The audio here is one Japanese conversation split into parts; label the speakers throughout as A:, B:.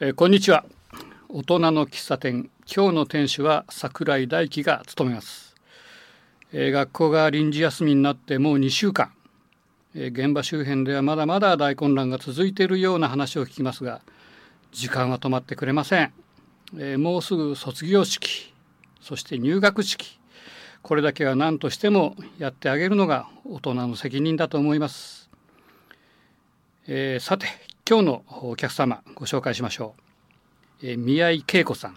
A: えーこんにちは大人の喫茶店今日の店主は桜井大輝が務めます、えー学校が臨時休みになってもう2週間、えー現場周辺ではまだまだ大混乱が続いているような話を聞きますが時間は止まってくれません、えーもうすぐ卒業式そして入学式これだけは何としてもやってあげるのが大人の責任だと思います、えーさて今日のお客様ご紹介しましょう、えー宮井恵子さん、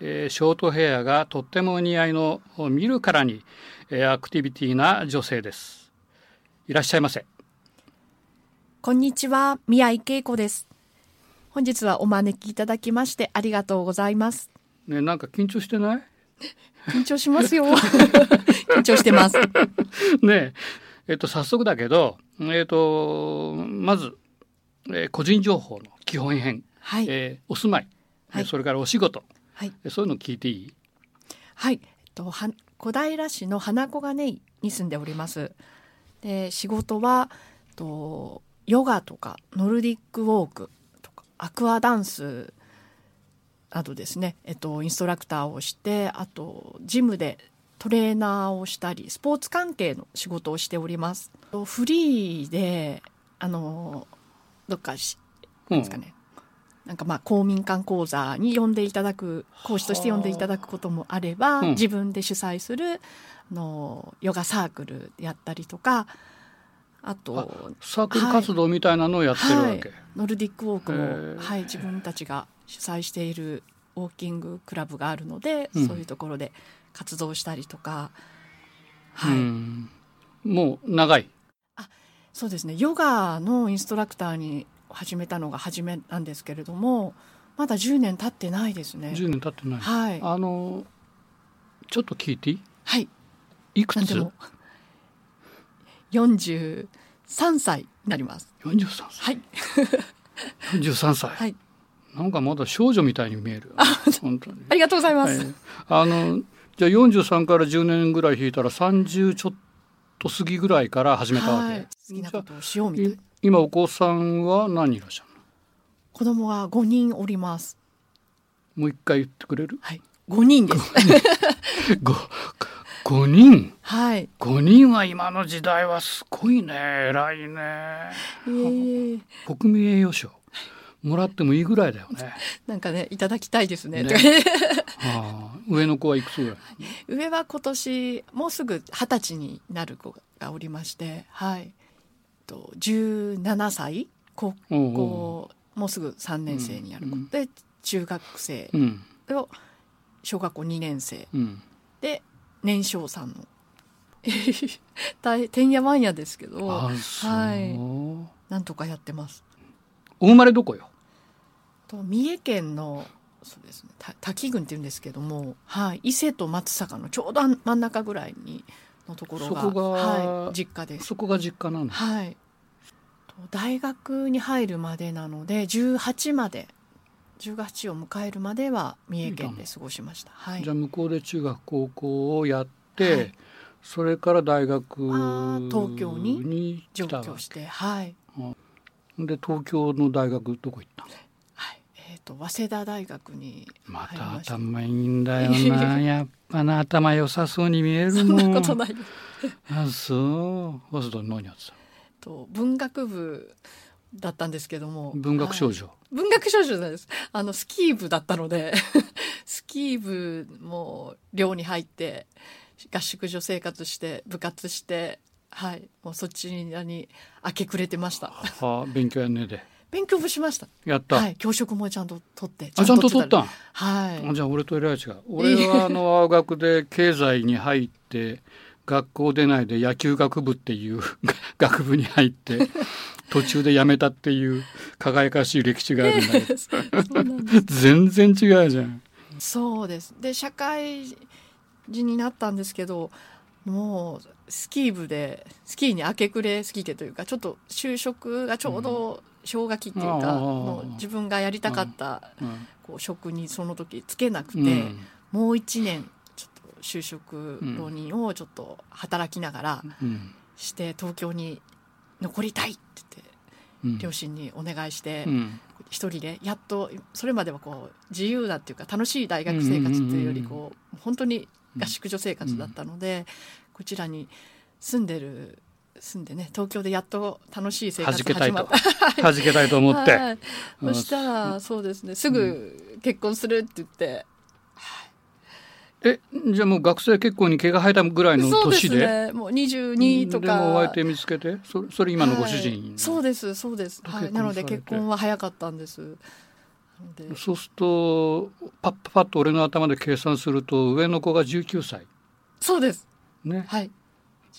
A: えーショートヘアがとってもお似合いの見るからに、えーアクティビティな女性ですいらっしゃいませ
B: こんにちは、宮井恵子です。本日はお招きいただきましてありがとうございます。
A: ねなんか緊張してない
B: 緊張しますよ。緊張してます。
A: ねええっと早速だけどえっとまず、えー個人情報の基本編、
B: はい。
A: えーお住まい、
B: はい
A: えーそれからお仕事
B: はい。
A: えーそういうの聞いていい
B: はい。えっと、は小平市の花子金井に住んでおります。で、仕事は、えっと、ヨガとか、ノルディックウォークとか、アクアダンスなどですね、えっと、インストラクターをして、あと、ジムでトレーナーをしたり、スポーツ関係の仕事をしております。とフリーで、あの、どっかし、
A: うん
B: ですかね。なんかまあ公民館講座に呼んでいただく講師として呼んでいただくこともあれば、
A: うん
B: 自分で主催するあのヨガサークルやったりとかあと
A: サークル活動みたいなのをやってるわけ、
B: ノルディックウォーク
A: へー
B: も、はい、自分たちが主催しているウォーキングクラブがあるので、
A: うん
B: そういうところで活動したりとか、はい
A: うんもう長い
B: そうですねヨガのインストラクターに始めたのが初めなんですけれどもまだ10年経ってないですね。
A: 10年経ってない、
B: はい、
A: あのちょっと聞いていい
B: はい
A: いく
B: なん
A: つ
B: でも43歳になります。
A: 43歳
B: はい。
A: 43歳、
B: はい
A: なんかまだ少女みたいに見えるよね本当に
B: ありがとうございます。
A: はい、あのじゃあ43から10年ぐらい引いたら30ちょっと過ぎぐらいから始めたわけ、
B: はい好きなことをしようみ
A: じ
B: た
A: ゃ
B: い
A: あ。
B: ない
A: 今お子さんは何人いらっしゃる
B: 子供は5人おります。
A: のもう一回言ってくれる
B: はい。5人です。
A: ご5人
B: はい。
A: 5人は今の時代はすごいね偉いね
B: えー、
A: 国民栄誉賞もらってもいいぐらいだよ ね。
B: なんかね、いただきたいですね。
A: ねああ上の子はいくつぐらい
B: 上は今年、もうすぐ二十歳になる子がおりまして、はい。と17歳、高
A: おうお
B: 校、もうすぐ3年生になる子。
A: うん
B: で、中学生
A: ううん
B: を小学校2年生。
A: うん
B: で年少さんの 大てんやわんやですけど
A: あそう、
B: はい
A: お
B: なんとかやってます
A: 生まれどこよ
B: と三重県のそうです、ね、た滝郡って言うんですけども、はい、伊勢と松阪のちょうどあん真ん中ぐらいにのところが
A: そこが
B: はい、実家です、
A: そこが実家なんだ
B: はい、と大学に入るまでなので18まで18を迎えるまでは三重県で過ごしました、はい
A: じゃあ、向こうで中学高校をやって、
B: はい
A: それから大学
B: あー東京に上
A: 来たわ
B: 京してはい
A: で東京の大学どこ行ったの
B: はい、えっ、と早稲田大学に
A: ま
B: 入り
A: た
B: ました。
A: 頭いいんだよ なやっぱな頭良さそうに見えるもん
B: そんなこと ないです。
A: あそう早稲田に何やってた
B: えっと文学部だったんですけども、
A: の文学少女、
B: はい文学少女じゃないです。あのスキー部だったので、 スキー部も寮に入って合宿所生活して部活して。はい、もうそっちに明け暮れてました。
A: はあ勉強やんねえで
B: 勉強もしました。
A: やった、
B: はい、教職もちゃんと取って。
A: あちゃんと取った
B: り
A: ん
B: はい。
A: あじゃあ俺とえらい違う俺はあの青学で経済に入って学校出ないで野球学部っていう 学部に入って途中で辞めたっていう輝かしい歴史があるんだけ
B: そうなんだ
A: ど全然違うじゃん。
B: そうですで社会人になったんですけどもうスキー部でスキーに明け暮れすぎてというかちょっと就職がちょうど氷河期っていうか、
A: ああ
B: もう自分がやりたかった
A: うん
B: こう職にその時つけなくて、
A: うん
B: もう1年ちょっと就職浪人をちょっと働きながら
A: うん
B: して東京に残りたいって言って
A: うん
B: 両親にお願いして
A: うん
B: 一人でやっとそれまではこう自由だっていうか楽しい大学生活っていうより
A: うんうん
B: こう本当に合宿所生活だったので、こちらに住んでる住んでね東京でやっと楽しい生活
A: 弾け
B: が
A: たい
B: 始
A: と
B: まった
A: 弾けたいと思って、
B: はい、そしたらそうですねすぐ結婚するって言って、
A: えじゃあもう学生結婚に毛が生えたぐらいの
B: そうで
A: 年
B: す
A: で
B: ねもう22とか
A: でもお相手見つけてそれそれ今のご主人、
B: はいそうですそうです、
A: と
B: はい、
A: 結婚されて
B: なので結婚は早かったんですなので
A: そうするとパッパッパッと俺の頭で計算すると上の子が19歳
B: そうです
A: ね
B: はい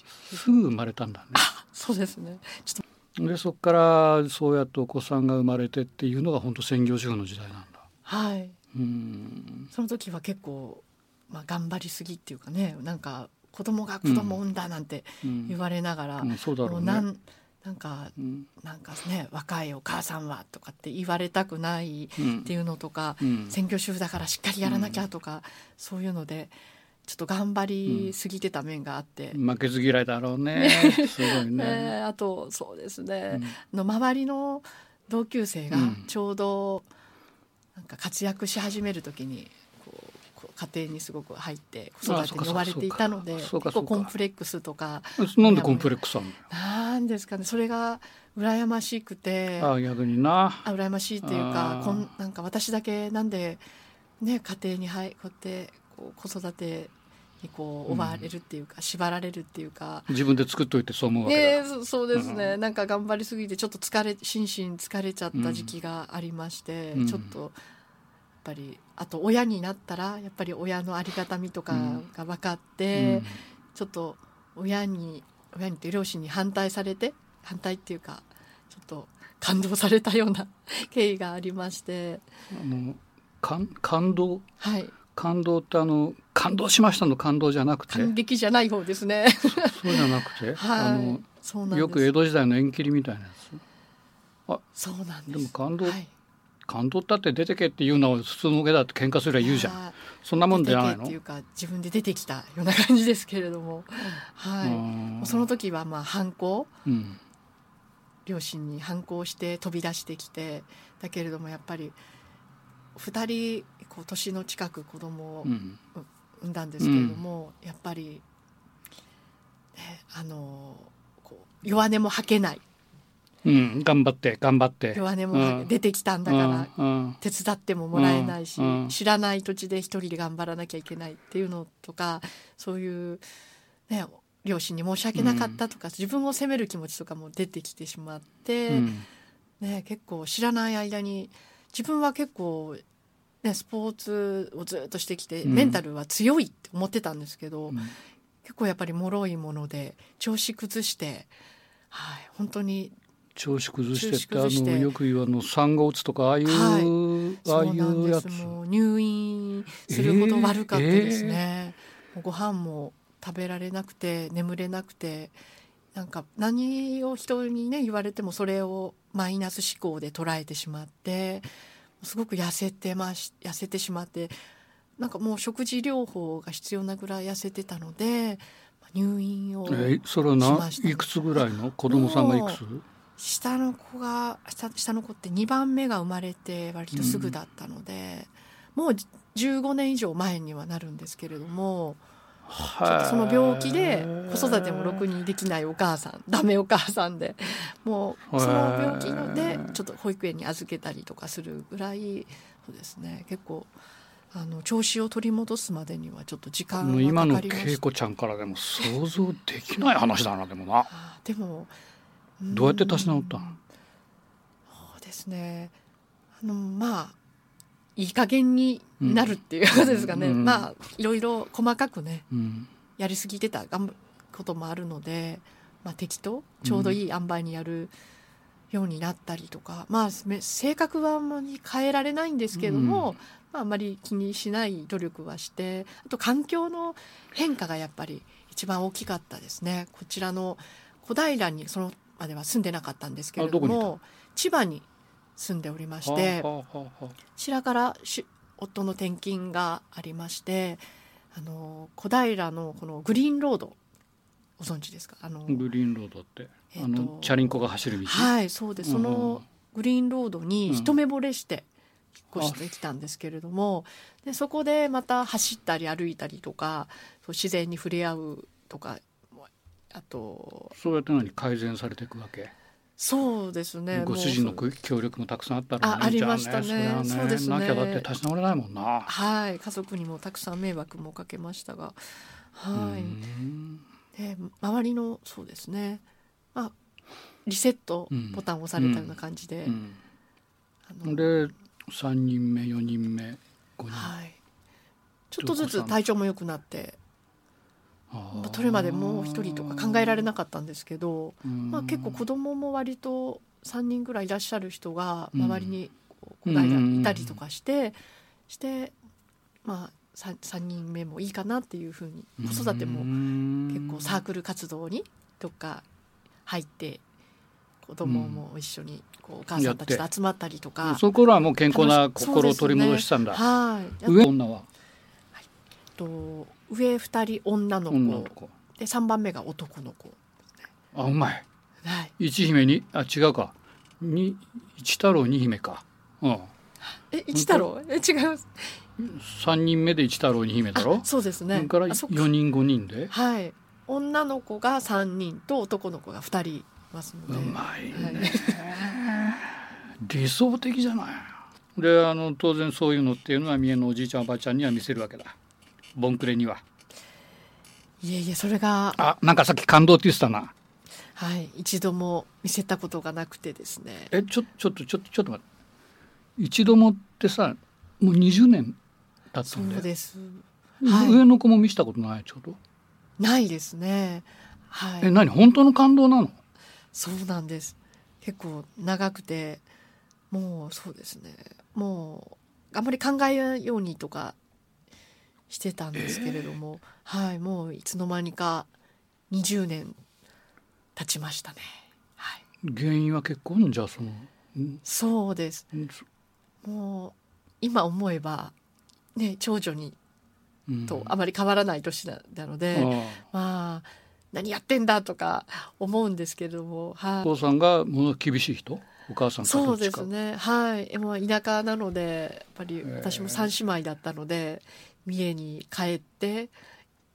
A: すぐ生まれたんだ
B: そうですねちょっ
A: ねでそこからそうやってお子さんが生まれてっていうのが本当専業主婦の時代なんだ
B: とはい
A: うん
B: その時は結構、まあ、頑張りすぎっていうかねなんか子供が子供産んだなんて
A: うん
B: 言われながら、
A: うんそうだろ
B: も
A: う
B: う
A: ね
B: なんなんか
A: うん
B: なんかね若いお母さんはとかって言われたくない
A: うん
B: っていうのとか、
A: うん
B: 専業主婦だからしっかりやらなきゃとか、そういうのでちょっと頑張りすぎてた面があって、
A: 負けず嫌いだろうねすごい
B: え
A: ね、
B: ーあとそうです
A: う
B: ね
A: ん、
B: の周りの同級生が
A: うん
B: ちょうどなんか活躍し始める時にこうこう家庭にすごく入って子
A: あ
B: 育
A: そ
B: て
A: うか
B: に追われていたので結
A: そうかそうかそうか
B: 構コンプレックスとか
A: なんでコンプレックスなの
B: なんですかねそれが羨ましくて。
A: ああ逆にな
B: あ羨ましいっていうか
A: あー
B: こんなんか私だけなんで、ね、家庭に、はい、こうやってこう子育てにこう
A: うん
B: 奪われるっていうか、縛られるっていうか。
A: 自分で作っといてそう思うわけだ、
B: ねえそそうですね、
A: う
B: なんか頑張りすぎてちょっと疲れ心身疲れちゃった時期がありまして、
A: うん
B: ちょっとやっぱりあと親になったらやっぱり親のありがたみとかが分かっ
A: う
B: て、
A: ん
B: ちょっと親に親にと両親に反対されて反対っていうかちょっと感動されたような 経緯がありまして
A: あの感感動
B: はい
A: 感動ってあの感動しましたの感動じゃなくて
B: 感激じゃない方ですね
A: そうじゃなくて、
B: は
A: あ
B: い
A: の
B: そうなんです
A: よく江戸時代の縁切りみたいなやつ
B: そうなんです
A: でも感動
B: はい
A: 感動だって出てけって言うのは普通の下だって喧嘩すりゃ言うじゃん
B: あ
A: そんな
B: ー
A: もんじゃない
B: 出てけってい
A: の
B: うか自分で出てきたような感じですけれどもは
A: う
B: い
A: ん
B: その時はまあ反抗
A: うん
B: 両親に反抗して飛び出してきてだけれどもやっぱり2人こう年の近く子供を
A: うん
B: 産んだんですけれども、やっぱり、ね、あのこう弱音も吐けない
A: うん頑張って頑張って
B: 弱音も吐け
A: うん
B: 出てきたんだから
A: うんうん
B: 手伝ってももらえないし、
A: うんうん
B: 知らない土地で一人で頑張らなきゃいけないっていうのとかそういう、ね、両親に申し訳なかったとか、自分を責める気持ちとかも出てきてしまって、
A: うん
B: ね、結構知らない間に自分は結構、ね、スポーツをずっとしてきて
A: うん
B: メンタルは強いって思ってたんですけど。
A: うん
B: 結構やっぱり脆いもので調子崩して、はい、本当に
A: 調子崩してって
B: 調子崩して
A: あのよく言うあの産後うつとかああいう、あ
B: そ
A: あ
B: う
A: い
B: なん
A: う
B: で
A: や
B: す
A: つ
B: もう入院するほど悪かったですね、もうご飯も食べられなくて眠れなくてなんか何を人にね言われてもそれをマイナス思考で捉えてしまってすごく痩せてまし痩せてしまってなんかもう食事療法が必要なぐらい痩せてたので入院を
A: えーそれは
B: し
A: な
B: ましたね
A: いくつぐらいの子供さんがいくつ
B: 下の子が下下の子って2番目が生まれて割とすぐだったので、もう15年以上前にはなるんですけれどもちょっとその病気で子育てもろくにできないお母さんダメお母さんでもうその病気の
A: へ
B: で
A: ー
B: ちょっと保育園に預けたりとかするぐらいそうですね結構あの調子を取り戻すまでにはちょっと時間
A: もう
B: が
A: 今
B: か
A: の
B: かりま
A: 恵
B: した。
A: 子ちゃんからでも想像できない話だなでもな
B: あーでもん
A: どうやって立ち直ったの
B: そうですねあのまあいい加減になるっていうことですかね、
A: うん
B: まあいろいろ細かくね
A: うん
B: やりすぎてた頑張こともあるので、まあ、適当ちょうどいい塩梅にやるようになったりとか、まあめ性格はあんまり変えられないんですけれども、まあ、あんまり気にしない努力はしてあと環境の変化がやっぱり一番大きかったですねこちらの小平にそのまでは住んでなかったんですけれど
A: あどこ
B: も千葉に住んでおりまして。
A: はあはあはあ
B: 白からし夫の転勤がありましてあの小平のこのグリーンロードご存知ですかあの
A: グリーンロードって、
B: えーと
A: あのチャリンコが走る道、
B: はいそうですその
A: う
B: グリーンロードに一目惚れして引っ越してきたんですけれども、でそこでまた走ったり歩いたりとかそう自然に触れ合うとかあと
A: そうやって何改善されていくわけ
B: そうですね
A: ご主人の
B: もう
A: 協力もたくさんあったら、ね、
B: あありましたね
A: じゃあそれは
B: そうですね
A: なきゃだって立ち直れないもんな。
B: はい家族にもたくさん迷惑もかけましたがは
A: う
B: い。
A: ん
B: で周りのそうですね、まあ、リセットボタンを押されたような感じで、あ
A: う
B: の
A: ん、で3人目4人目5人
B: はい、ちょっとずつ体調も良くなって、
A: あ
B: まあ、取れまでもう一人とか考えられなかったんですけど、
A: た、うん
B: まあ、結構子供も割と3人ぐらいいらっしゃる人が
A: うん
B: 周りにこう
A: うん
B: こだいだいたりとかしてして、まあ、3, 人目もいいかなっていうふうに子育ても結構サークル活動にどっか入って子供も一緒にこうお母さんたち
A: やっ
B: と集まったりとか、
A: そこらはもう健康な
B: 楽しそう
A: 心
B: で
A: を
B: すね
A: 取り戻したんだ、
B: はいあ
A: 上の女は
B: と上2人女の子
A: 女の子
B: で3番目が男の子、
A: あうまい
B: はい、
A: 一姫にあ違うかに一太郎二姫か、うん、
B: え一太郎え違います
A: 3人目で一太郎二姫だろ
B: あそうですね
A: それから
B: あそっか
A: 4人5人で
B: はい女の子が3人と男の子が2人いますの
A: う
B: で、
A: まいね、
B: はい
A: 理想的じゃないであの当然そういうのっていうのは三重のおじいちゃんおばあちゃんには見せるわけだボンクレにはい
B: えいえそれが、
A: あなんかさっき感動って言ってたな
B: はい、一度も見せたことがなくてですね
A: えちょちょっとちょっとちょっと待って一度もってさもう20年経った
B: そ
A: んだ
B: う
A: よ
B: ですはい
A: 上の子も見せたことないちょうど、
B: ないですねはい
A: え何本当の感動なの
B: そうなんです。結構長くて、もうそうですね。もう、あんまり考えないようにとかしてたんですけれども、はい、もういつの間にか20年経ちましたね。はい。
A: 原因は結婚じゃあそのん
B: そうです。
A: ん
B: もう、今思えば、ね、長女に
A: うん
B: とあまり変わらない年ななので、
A: あ
B: まあ、何やってんだとか思うんですけれども、はい
A: あお。父さんがもの厳しい人お母さんかど
B: そう
A: っち
B: で
A: か
B: すねはいえもう田舎なのでやっぱり私も3姉妹だったので三重に帰って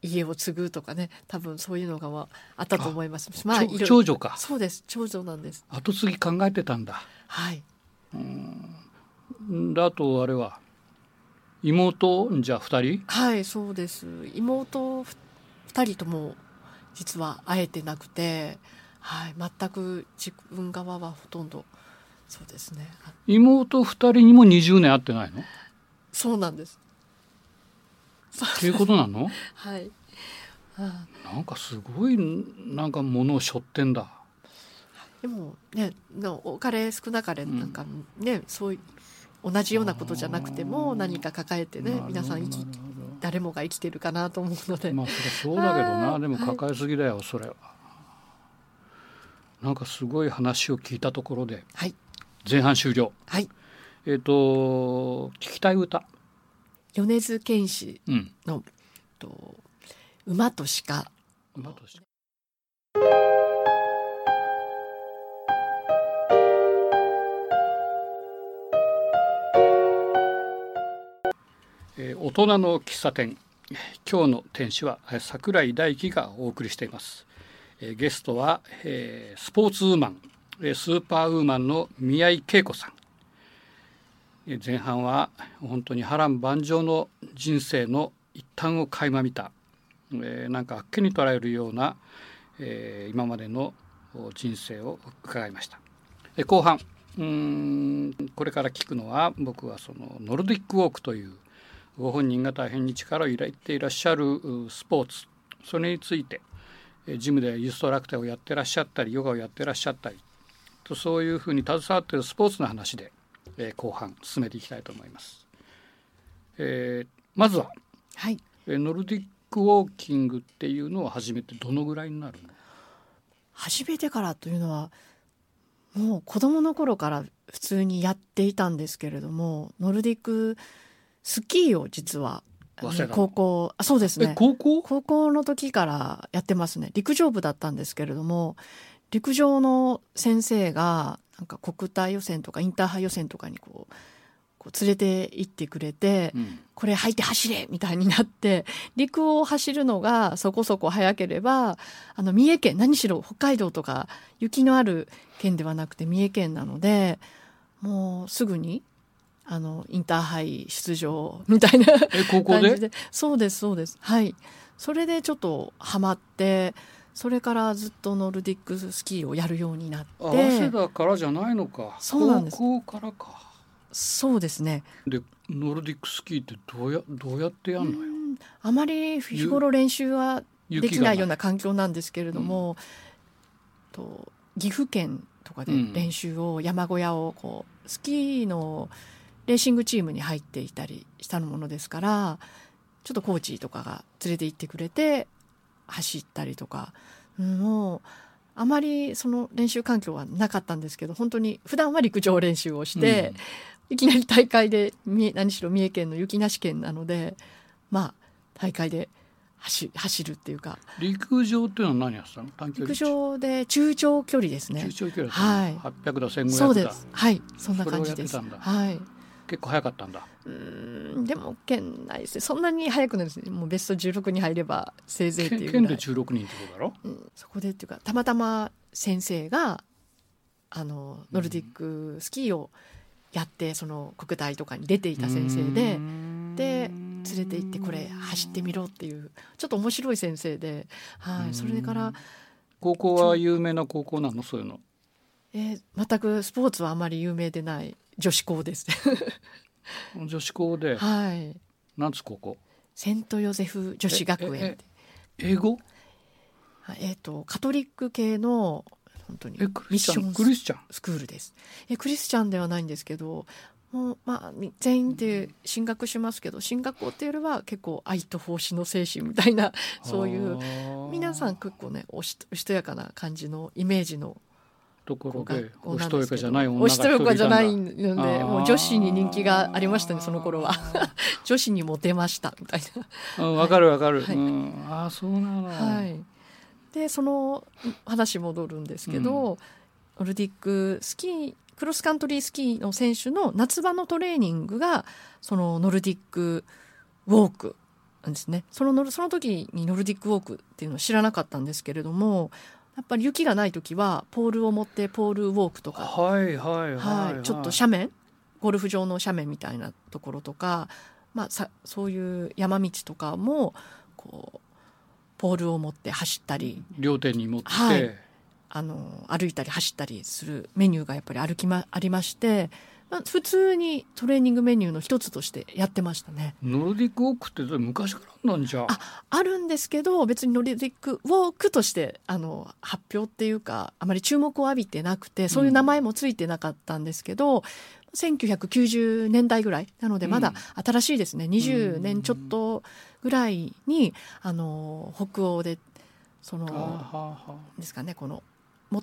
B: 家を継ぐとかね多分そういうのがまああったと思いますまあ
A: ちょ
B: いろいろ
A: 長女か
B: そうです長女なんです
A: 後継ぎ考えてたんだ
B: はい
A: であとあれは妹じゃあ2人
B: はいそうです妹2人とも実は会えてなくて、はい、全く自分側はほとんどそうですねあ
A: 妹2人にも20年会ってないのっ
B: そうなんです
A: ていうことなの
B: はいあ
A: なんかすごいなんか物を背負ってんだ
B: でもねのお金少なかれなんかね、そういう同じようなことじゃなくても何か抱えて
A: なる
B: ね
A: ほど
B: 皆さん生き
A: なるほど
B: 誰もが生きてるかなと思うの で、
A: まあそりゃそうだけど
B: は
A: ないでも抱えすぎだよそれは。なんかすごい話を聞いたところで
B: はい
A: 前半終了
B: はい
A: えっ、と聞きたい歌
B: 米津玄師
A: うん
B: のと「馬と鹿
A: 馬としてえー大人の喫茶店今日の店主はえー桜井大輝がお送りしています、えーゲストは、えースポーツウーマンえースーパーウーマンの宮井恵子さんえー前半は本当に波乱万丈の人生の一端を垣間見たえーなんかあっけに捉えるような、えー今までのお人生を伺いました。で後半うーんこれから聞くのは僕はそのノルディックウォークというご本人が大変に力を入れていらっしゃるうスポーツそれについてえージムでインストラクターをやってらっしゃったりヨガをやってらっしゃったりとそういうふうに携わっているスポーツの話で、えー後半進めていきたいと思います。えーまずは」
B: はい
A: えノルディックウォーキングっていうのを始めてどのぐらいになるの
B: 始めてからというのはもう子供の頃から普通にやっていたんですけれどもノルディックスキーを実はあの
A: 早稲田の
B: 高校あそうですね
A: え高校
B: 高校の時からやってますね陸上部だったんですけれども陸上の先生がなんか国体予選とかインターハイ予選とかにこうこう連れて行ってくれて、
A: うん
B: これ履いて走れみたいになって陸を走るのがそこそこ早ければあの三重県何しろ北海道とか雪のある県ではなくて三重県なのでもうすぐにあのインターハイ出場みたいな
A: え高校
B: 感じ
A: で
B: でそうですそうですはいそれでちょっとハマってそれからずっとノルディックスキーをやるようになっ
A: あ早稲
B: て
A: 田からじゃないのか
B: そうなんです
A: 高校からか
B: そうですね
A: でノルディックスキーってどうやどうやってやんのよ
B: うんあまり日頃練習はできないよう
A: な
B: な環境なんですけれども、と岐阜県とかで
A: うん
B: 練習を、山小屋をこうスキーのレーシングチームに入っていたりしたものですからちょっとコーチとかが連れて行ってくれて走ったりとか、うんもうあまりその練習環境はなかったんですけど本当に普段は陸上練習をして、いきなり大会で三重何しろ三重県の雪梨県なのでまあ大会で走走るっていうか
A: うん陸上っていうのは何やってたの短距離
B: 陸上で中長距離ですね
A: 中。長距離だ
B: は
A: っ
B: い
A: たの800だ1500だ
B: そうです。はい、そんな感じで
A: そ
B: す。
A: れをやってたんだ
B: はい。
A: 結構早かったんだ
B: うーん、でも県内ですね。そんなに早くないですね。もうベスト16に入ればせいぜいって
A: け
B: いう
A: 県
B: ぐら
A: で
B: い。
A: 16人ってことだろ
B: うん、そこでっていうかたまたま先生があのノルディックスキーをやって、その国体とかに出ていた先生で。で連れて行ってこれ走ってみろっていうちょっと面白い先生で、は
A: う
B: い、
A: ん
B: それから、
A: 高校は有名な高校なのそういうの
B: えー全くスポーツはあまり有名でない女子校です。
A: 女子校で
B: はい、
A: なんつう高校
B: セントヨゼフ女子学園
A: ええ
B: って
A: 英語
B: はいえっ、とカトリック系の本当に
A: えクリスチャ
B: ミ
A: ン
B: ッショ
A: ク
B: ン
A: リスチャン
B: スクールです。えクリスチャンではないんですけど、もうまあみ全員で進学しますけど、進学校っていうよりは結構愛と奉仕の精神みたいなそういう
A: う
B: 皆さん結構ねおしおしとやかな感じのイメージの
A: ところ
B: 学校なん
A: で
B: で
A: す
B: けど
A: おしとやかじゃない女が
B: お
A: 一
B: し
A: 人
B: とやかじゃない
A: いたん
B: ので、
A: あー
B: もう女子に人気がありましたねその頃は。女子にモテましたみたいな。
A: だうんわかるわかる、
B: はい
A: うんああそうなの
B: はい、でその話戻るんですけど、ノルディックスキークロスカントリースキーの選手の夏場のトレーニングがそのノルディックウォークなんですねそのノルその時にノルディックウォークっていうのを知らなかったんですけれどもやっぱり雪がない時はポールを持ってポールウォークとか
A: はいはいはい、
B: はい、ちょっと斜面ゴルフ場の斜面みたいなところとか、まあ、さそういう山道とかもこうポールを持って走ったり
A: 両手に持って、
B: はいあの歩いたり走ったりするメニューがやっぱり歩き、ま、ありまして、まあ、普通にトレーニングメニューの一つとしてやってましたね。
A: ノルディックウォークって昔からなんじゃ
B: あるんですけど別にノルディックウォークとしてあの発表っていうかあまり注目を浴びてなくてそういう名前もついてなかったんですけど、1990年代ぐらいなのでまだ新しいですね、20年ちょっとぐらいにあの北欧でそ
A: あーは
B: の
A: ーは
B: ですかねこの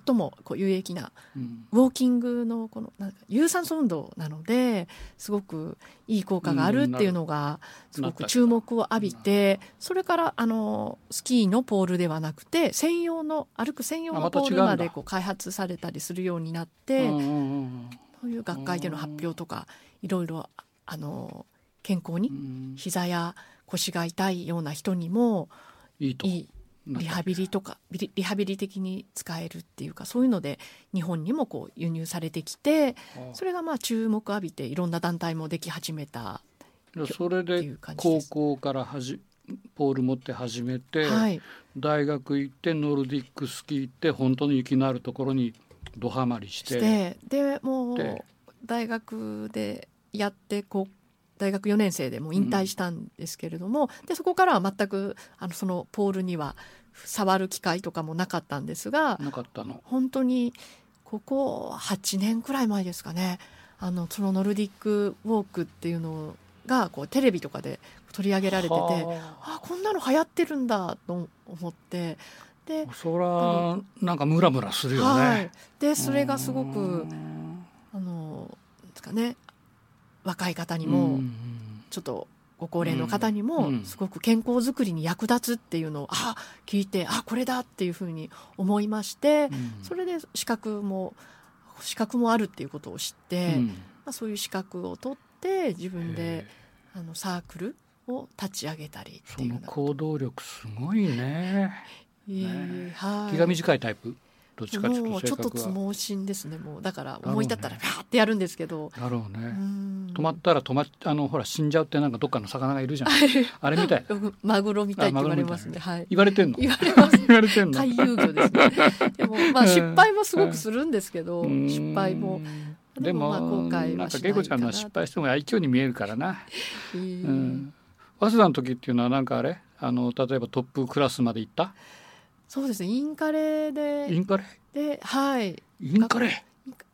B: 最もこう有益な
A: ーうん
B: ウォーキングのこのなんか有酸素運動なのですごくいい効果があるっていうのがすごく注目を浴びてそれからあのスキーのポールではなくて専用の歩く専用
A: あ
B: の
A: また
B: ポ
A: 違う
B: ー
A: ん
B: ル
A: だ
B: までこう開発されたりするようになって
A: うんうん
B: そういう学会での発表とかいろいろあの健康に
A: うんうん
B: 膝や腰が痛いような人にも
A: いいと
B: いいリハビリとかリリハビリ的に使えるっていうかそういうので日本にもこう輸入されてきてそ
A: れ
B: れがまあ注目浴びていろんな団体もでき始めた
A: それ
B: ってい
A: で
B: う感じ
A: 高
B: です。
A: 校からはじポール持って始めて、
B: はい、
A: 大学行ってノルディックスキー行って本当に雪のあるところにドハマりし
B: しててでも
A: で
B: う大学でやってこう大学4年生でもう引退したんですけれども、でそこからは全くあのそのポールには触る機会とかもなかったんですが、
A: なかったの
B: 本当にここ8年くらい前ですかねあのそのノルディックウォークっていうのがこうテレビとかで取り上げられてて
A: は
B: あこんなの流行ってるんだと思ってで,、
A: あそらなんかムラムラするよね、
B: はい、でそれがすごく
A: うん
B: あのなんですか、ね、若い方に
A: うんう
B: も
A: ん
B: ちょっとご高齢の方に
A: う
B: も
A: ん
B: すごく健康づくりに役立つっていうのをあ聞いてあこれだっていうふうに思いまして。
A: うん
B: それで資格も資格もあるっていうことを知っ
A: う
B: て、ま
A: ん
B: あ、そういう資格を取って自分
A: へ
B: であのサークルを立ち上げたりっ
A: そ
B: ていうよ
A: の
B: うな
A: 行動力すごいね。
B: いいはい
A: 気が短いタイプ。どっちかという
B: も
A: と
B: うち
A: 性
B: ょっと
A: 格
B: つ
A: は。
B: 盲信ですねもうだから
A: ろうね
B: 思い立ったらガーってやるんですけど、
A: だろう
B: う
A: ね。
B: ん
A: 止まったら止まっあのほら死んじゃうってなんかどっかの魚がいるじゃん。あれみたい。
B: うん マグロみたいって言われますね
A: あ
B: はい
A: 言われてんの。
B: 言わ れます
A: 言われてんの。
B: 回遊魚ですねでもま
A: うん
B: あ失敗もすごくするんですけど
A: うん
B: 失敗も。
A: でも
B: でもまあ後
A: な
B: 悔
A: ん
B: は
A: か
B: し
A: ゲ
B: な
A: コ
B: いかな
A: ちゃんのは失敗しても愛嬌に見えるからな。
B: え
A: う
B: ー
A: ん。早稲田の時っていうのはなんかあれあの例えばトップクラスまで行った。
B: そうですねインカレ
A: イ
B: で
A: ンカレ。
B: ではい
A: インカレ。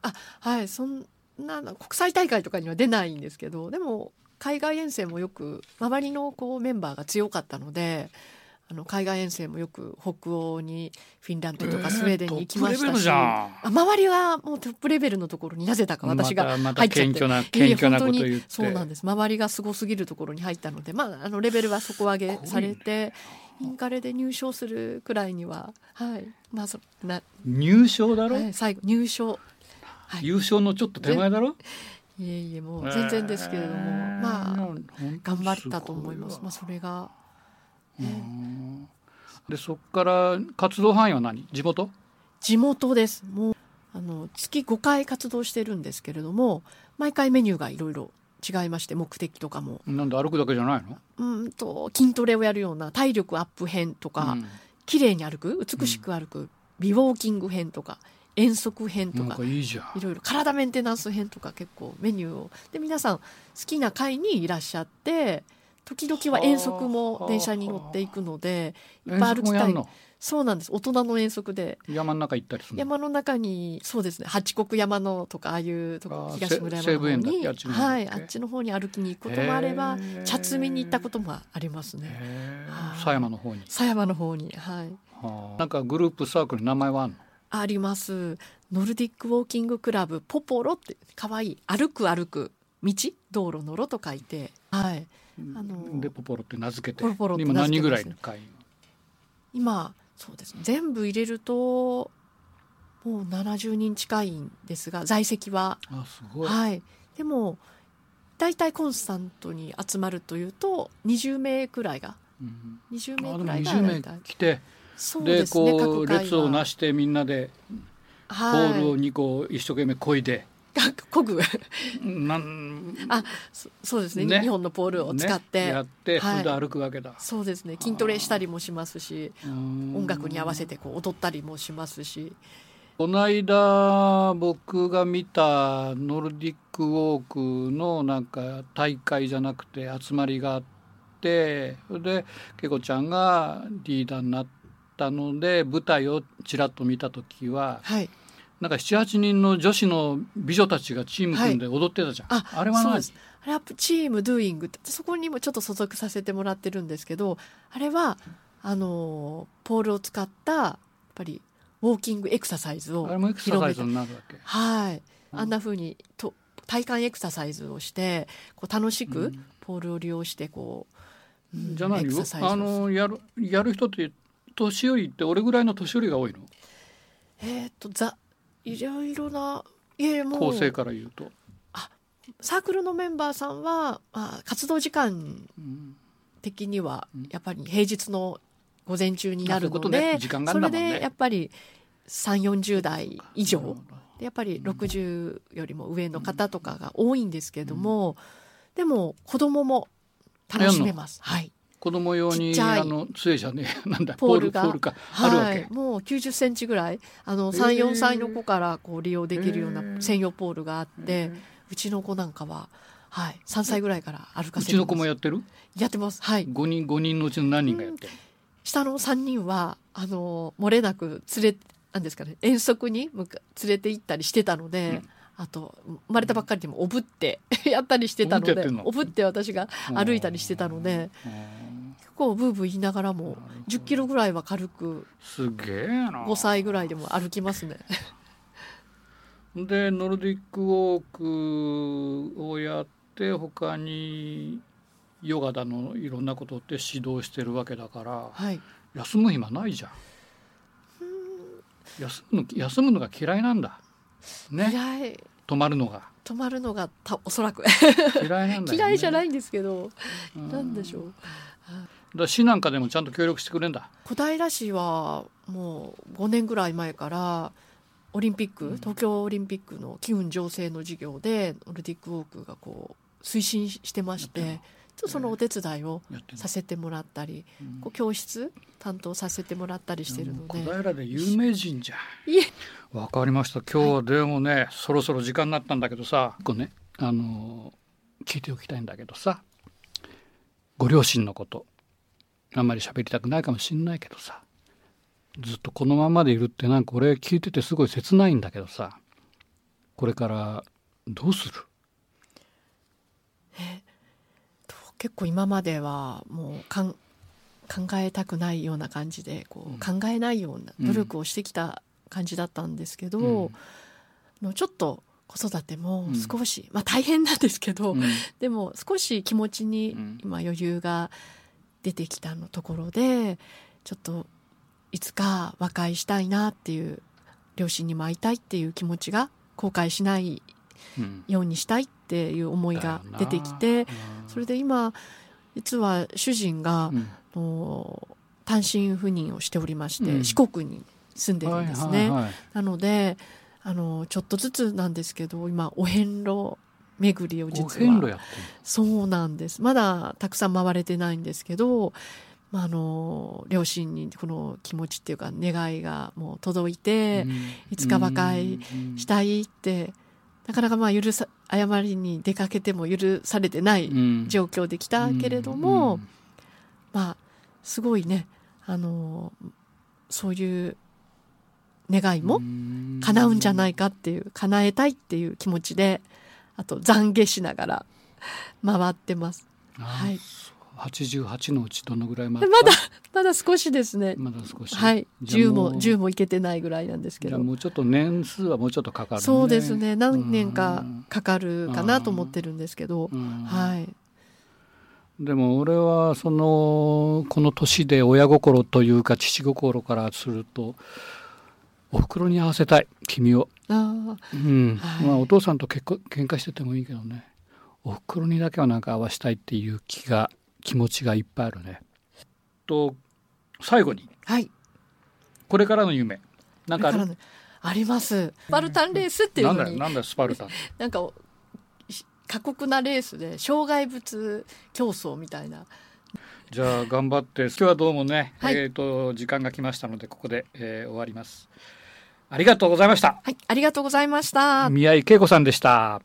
B: あはいそんなの国際大会とかには出ないんですけどでも海外遠征もよく周りのこうメンバーが強かったのであの海外遠征もよく北欧にフィンランドとかスウェーデンに行きまし
A: トップレベ
B: た
A: ル
B: し、
A: じゃん。
B: あ周りはもうトップレベルのところになぜだか私が。
A: またま
B: 入
A: た
B: っちゃって
A: 謙虚ない
B: えいえ
A: 謙虚なこと言って
B: 本当にそうなんです周りがすごすぎるところに入ったので、まあ、あのレベルは底上げされて、インカレで入賞するくらいには、はいまあそな
A: 入賞だろ、
B: はい、最後入賞はい
A: 優勝のちょっと手前だろ
B: いえいえもう全然ですけれども、まあ頑張ったと思います。まあ、
A: あ
B: それが、
A: でそこから活動範囲は何地元
B: 地元です。もう、あの、月5回活動してるんですけれども、毎回メニューがいろいろ違いまして、目的とかも。
A: なんで歩くだけじゃないの
B: うんと、筋トレをやるような体力アップ編とか、
A: うん
B: 綺麗に歩く、美しく歩く、美ウォーキング編とか、遠足編と
A: なん
B: か
A: か、いいじゃ
B: い
A: ん
B: ろいろ体メンテナンス編とか結構メニューを。で、皆さん好きな会にいらっしゃって、時々は遠足も電車に乗っていくので、いっぱ
A: 遠
B: い歩
A: 足
B: き
A: もや
B: た
A: ん
B: い
A: の
B: そうなんです。大人の遠足で。
A: 山の中行ったりするの
B: 山の中に、そうですね、八国山のとか、ああいう
A: あ
B: とこ
A: ー、
B: 東村
A: せ西
B: 山
A: 武園だっけあ
B: の
A: っち
B: 方
A: の方だ
B: に、
A: っ
B: は
A: け
B: い、あっちの方に歩きに行くこともあれば
A: へ、ー
B: 茶摘みに行ったこともありますね。
A: へー
B: はい
A: 狭山の方に
B: 狭山の方に、はい。
A: はあなんかグループサークルに名前はあんの
B: あります。ノルディックウォーキングクラブ、ポポロって、可愛い歩く歩く、道、道路の路と書いて、はい。あのー
A: でポポロって名付けて
B: ポポロって
A: 今
B: 名付
A: 何人ぐら
B: けてます
A: いの会員
B: 今、そうですね、全部入れると、もう70人近いんですが、在籍は
A: あすごい
B: はい、でも大体コンスタントに集まるというと20名くらいが
A: うん
B: 20
A: あで
B: 名く
A: も
B: らいが
A: 20名来て
B: そう
A: で
B: ですね
A: こ
B: 各
A: う
B: 回は
A: 列をなしてみんなでボ
B: はい
A: ールを2個 一生懸命こいで、
B: こぐ
A: なん
B: あそそうですね
A: ね
B: 日本のポールを使って、
A: ねやって、
B: は
A: それ
B: い
A: で歩くわけだ
B: そうですね筋トレしたりもしますし
A: 音
B: 音楽に合わせてこう踊ったりもしますし
A: この間僕が見たノルディックウォークのなんか大会じゃなくて集まりがあってそれでけこちゃんがリーダーになったので舞台をちらっと見た時は
B: はい
A: なんか78人の女子の美女たちがチーム組んで踊ってたじゃん、
B: はい
A: あれは
B: そう
A: 何
B: ですあれはチームドゥーイングってそこにもちょっと所属させてもらってるんですけどあれはあのーポールを使ったやっぱりウォーキングエクササイズを
A: あれもエクサ
B: 広
A: サ
B: め
A: イズ
B: て
A: になるわけ
B: はい
A: うん
B: あんな風にと体幹エクササイズをしてこう楽し
A: う
B: く
A: ん
B: ポールを利用してこう、うん
A: じゃない
B: エク
A: よ
B: ササイズを
A: あのやるやる人って年寄りって俺ぐらいの年寄りが多いの
B: えーっとざいろいろないえも
A: 構
B: う
A: 成から言うと、
B: サークルのメンバーさんは、まあ、活動時間
A: うん
B: 的には
A: うん
B: やっぱり平日の午前中にな
A: まあそうい
B: るの
A: うことね
B: で
A: 時間がある
B: そ
A: んだ
B: れ
A: もんね
B: でやっぱり3 4 0代
A: なる
B: 以上
A: ほど
B: でやっぱり60よりも上の方とかが多いんですけども、でも子供も楽しめます。はい
A: 子供用
B: ち
A: に
B: っちゃい
A: あの杖じゃね えなんだ
B: ポール
A: ポ
B: が
A: ールかあるわ
B: は
A: け、
B: い、もう90センチぐらいあの
A: へ
B: 3、
A: ー
B: 4歳の子からこう利用できるよう
A: へー
B: な専用ポールがあっ
A: へ
B: て、うちの子なんかは、はい、3歳ぐらいから歩か
A: う
B: せて
A: ちの子も
B: や
A: やってる
B: ってます。はい、
A: 5人5人のうちの何人がやってる、
B: 下の3人はあの漏れなく連れなんですかね遠足に向か連れて行ったりしてたので、
A: うん
B: あと生まれたばっかりにもおぶって やったりしてた
A: お
B: の
A: ぶってやっ
B: で
A: てんの
B: おぶって私が
A: うん
B: 歩いたりしてたので
A: うん
B: 結構ブーブー言いながらも
A: なるほど
B: 10キロぐらいは軽く
A: すげえな
B: 5歳ぐらいでも歩きますね。
A: でノルディックウォークをやって他にヨガだのいろんなことって指導してるわけだから
B: はい、
A: 休む暇ないじゃん休むの休むのが嫌いなんだね
B: 嫌い
A: 泊まるのが
B: 泊まるのがたおそらく
A: 嫌いなんだよ、ね、、
B: 嫌いじゃないいんですけど、
A: う
B: なんでしょ
A: だか
B: う
A: ら市なんかでもちゃんと協力してくれるんだ
B: 小平市はもう5年ぐらい前からオリンピッ
A: うん
B: ク東京オリンピックの機運醸成の事業でノルディックウォークがこう推進してまし
A: やってんの
B: てちょっとそのお手伝いを
A: やってる
B: させてもらったり
A: うん
B: こう教室担当させてもらったりしてるの
A: いやもう
B: で
A: 小平で有名人じゃん
B: いえ
A: わかりました今日はでもね、そろそろ時間になったんだけどさこうねあのー聞いておきたいんだけどさご両親のことあんまり喋りたくないかもしんないけどさずっとこのままでいるってなんか俺聞いててすごい切ないんだけどさこれからどうする
B: と結構今まではもうかん考えたくないような感じでこう考えないような
A: うん
B: 努力をしてきた感じだったんですけど、
A: うん
B: のちょっと子育ても
A: うん
B: 少し、まあ大変なんですけど、
A: うん
B: でも少し気持ちに
A: うん
B: 今余裕が出てきたのところでちょっといつか和解したいなっていう両親にも会いたいっていう気持ちが後悔しない
A: うん
B: ようにしたいっていう思いが出てきて
A: だよな
B: それで今実は主人が
A: うん
B: あの単身赴任をしておりまして、
A: うん
B: 四国に住んでるんですね。
A: はいはいはい
B: なのであのちょっとずつなんですけど今お遍路巡りを
A: お
B: 実
A: 遍路
B: は
A: やってる
B: そうなんですまだたくさん回れてないんですけど、まあ、あの両親にこの気持ちっていうか願いがもう届いて、いつか和解したいってなかなかまあ許さ誤りに出かけても許されてない状況できたけれども、まあすごいねあのそういう願いも叶うんじゃないいかっていう叶えたいっていう気持ちであと懺悔しながら回ってますは
A: はい88のうちどのぐらいま
B: まだまだ少しですね
A: まだ少し
B: はい
A: じゃあ
B: 10
A: う
B: も10もいけてないぐらいなんですけ
A: じゃあ
B: ど
A: もうちょっと年数はもうちょっとかかるね
B: そうですね何年かかかるかなと思ってるんですけど
A: うんうん
B: はい
A: でも俺はそのこの年で親心というか父心からするとお袋に合わせたい君を
B: ああ
A: うん
B: はい
A: まあ、お父さんと結婚喧嘩しててもいいけどねおふくろにだけはなんか合わしたいっていう気が気持ちがいっぱいあるね。と最後に
B: はい
A: これからの夢なんかあ
B: これ
A: る
B: らのありますスパルタンレースっていう
A: なん
B: の
A: だ
B: に
A: よなんだよスパルタン
B: なんかし過酷なレースで障害物競争みたいな
A: じゃあ頑張って今日はどうもね、
B: はい
A: えっ、と時間が来ましたのでここで、えー終わります。ありがとうございました。
B: はいありがとうございました
A: 宮井恵子さんでした。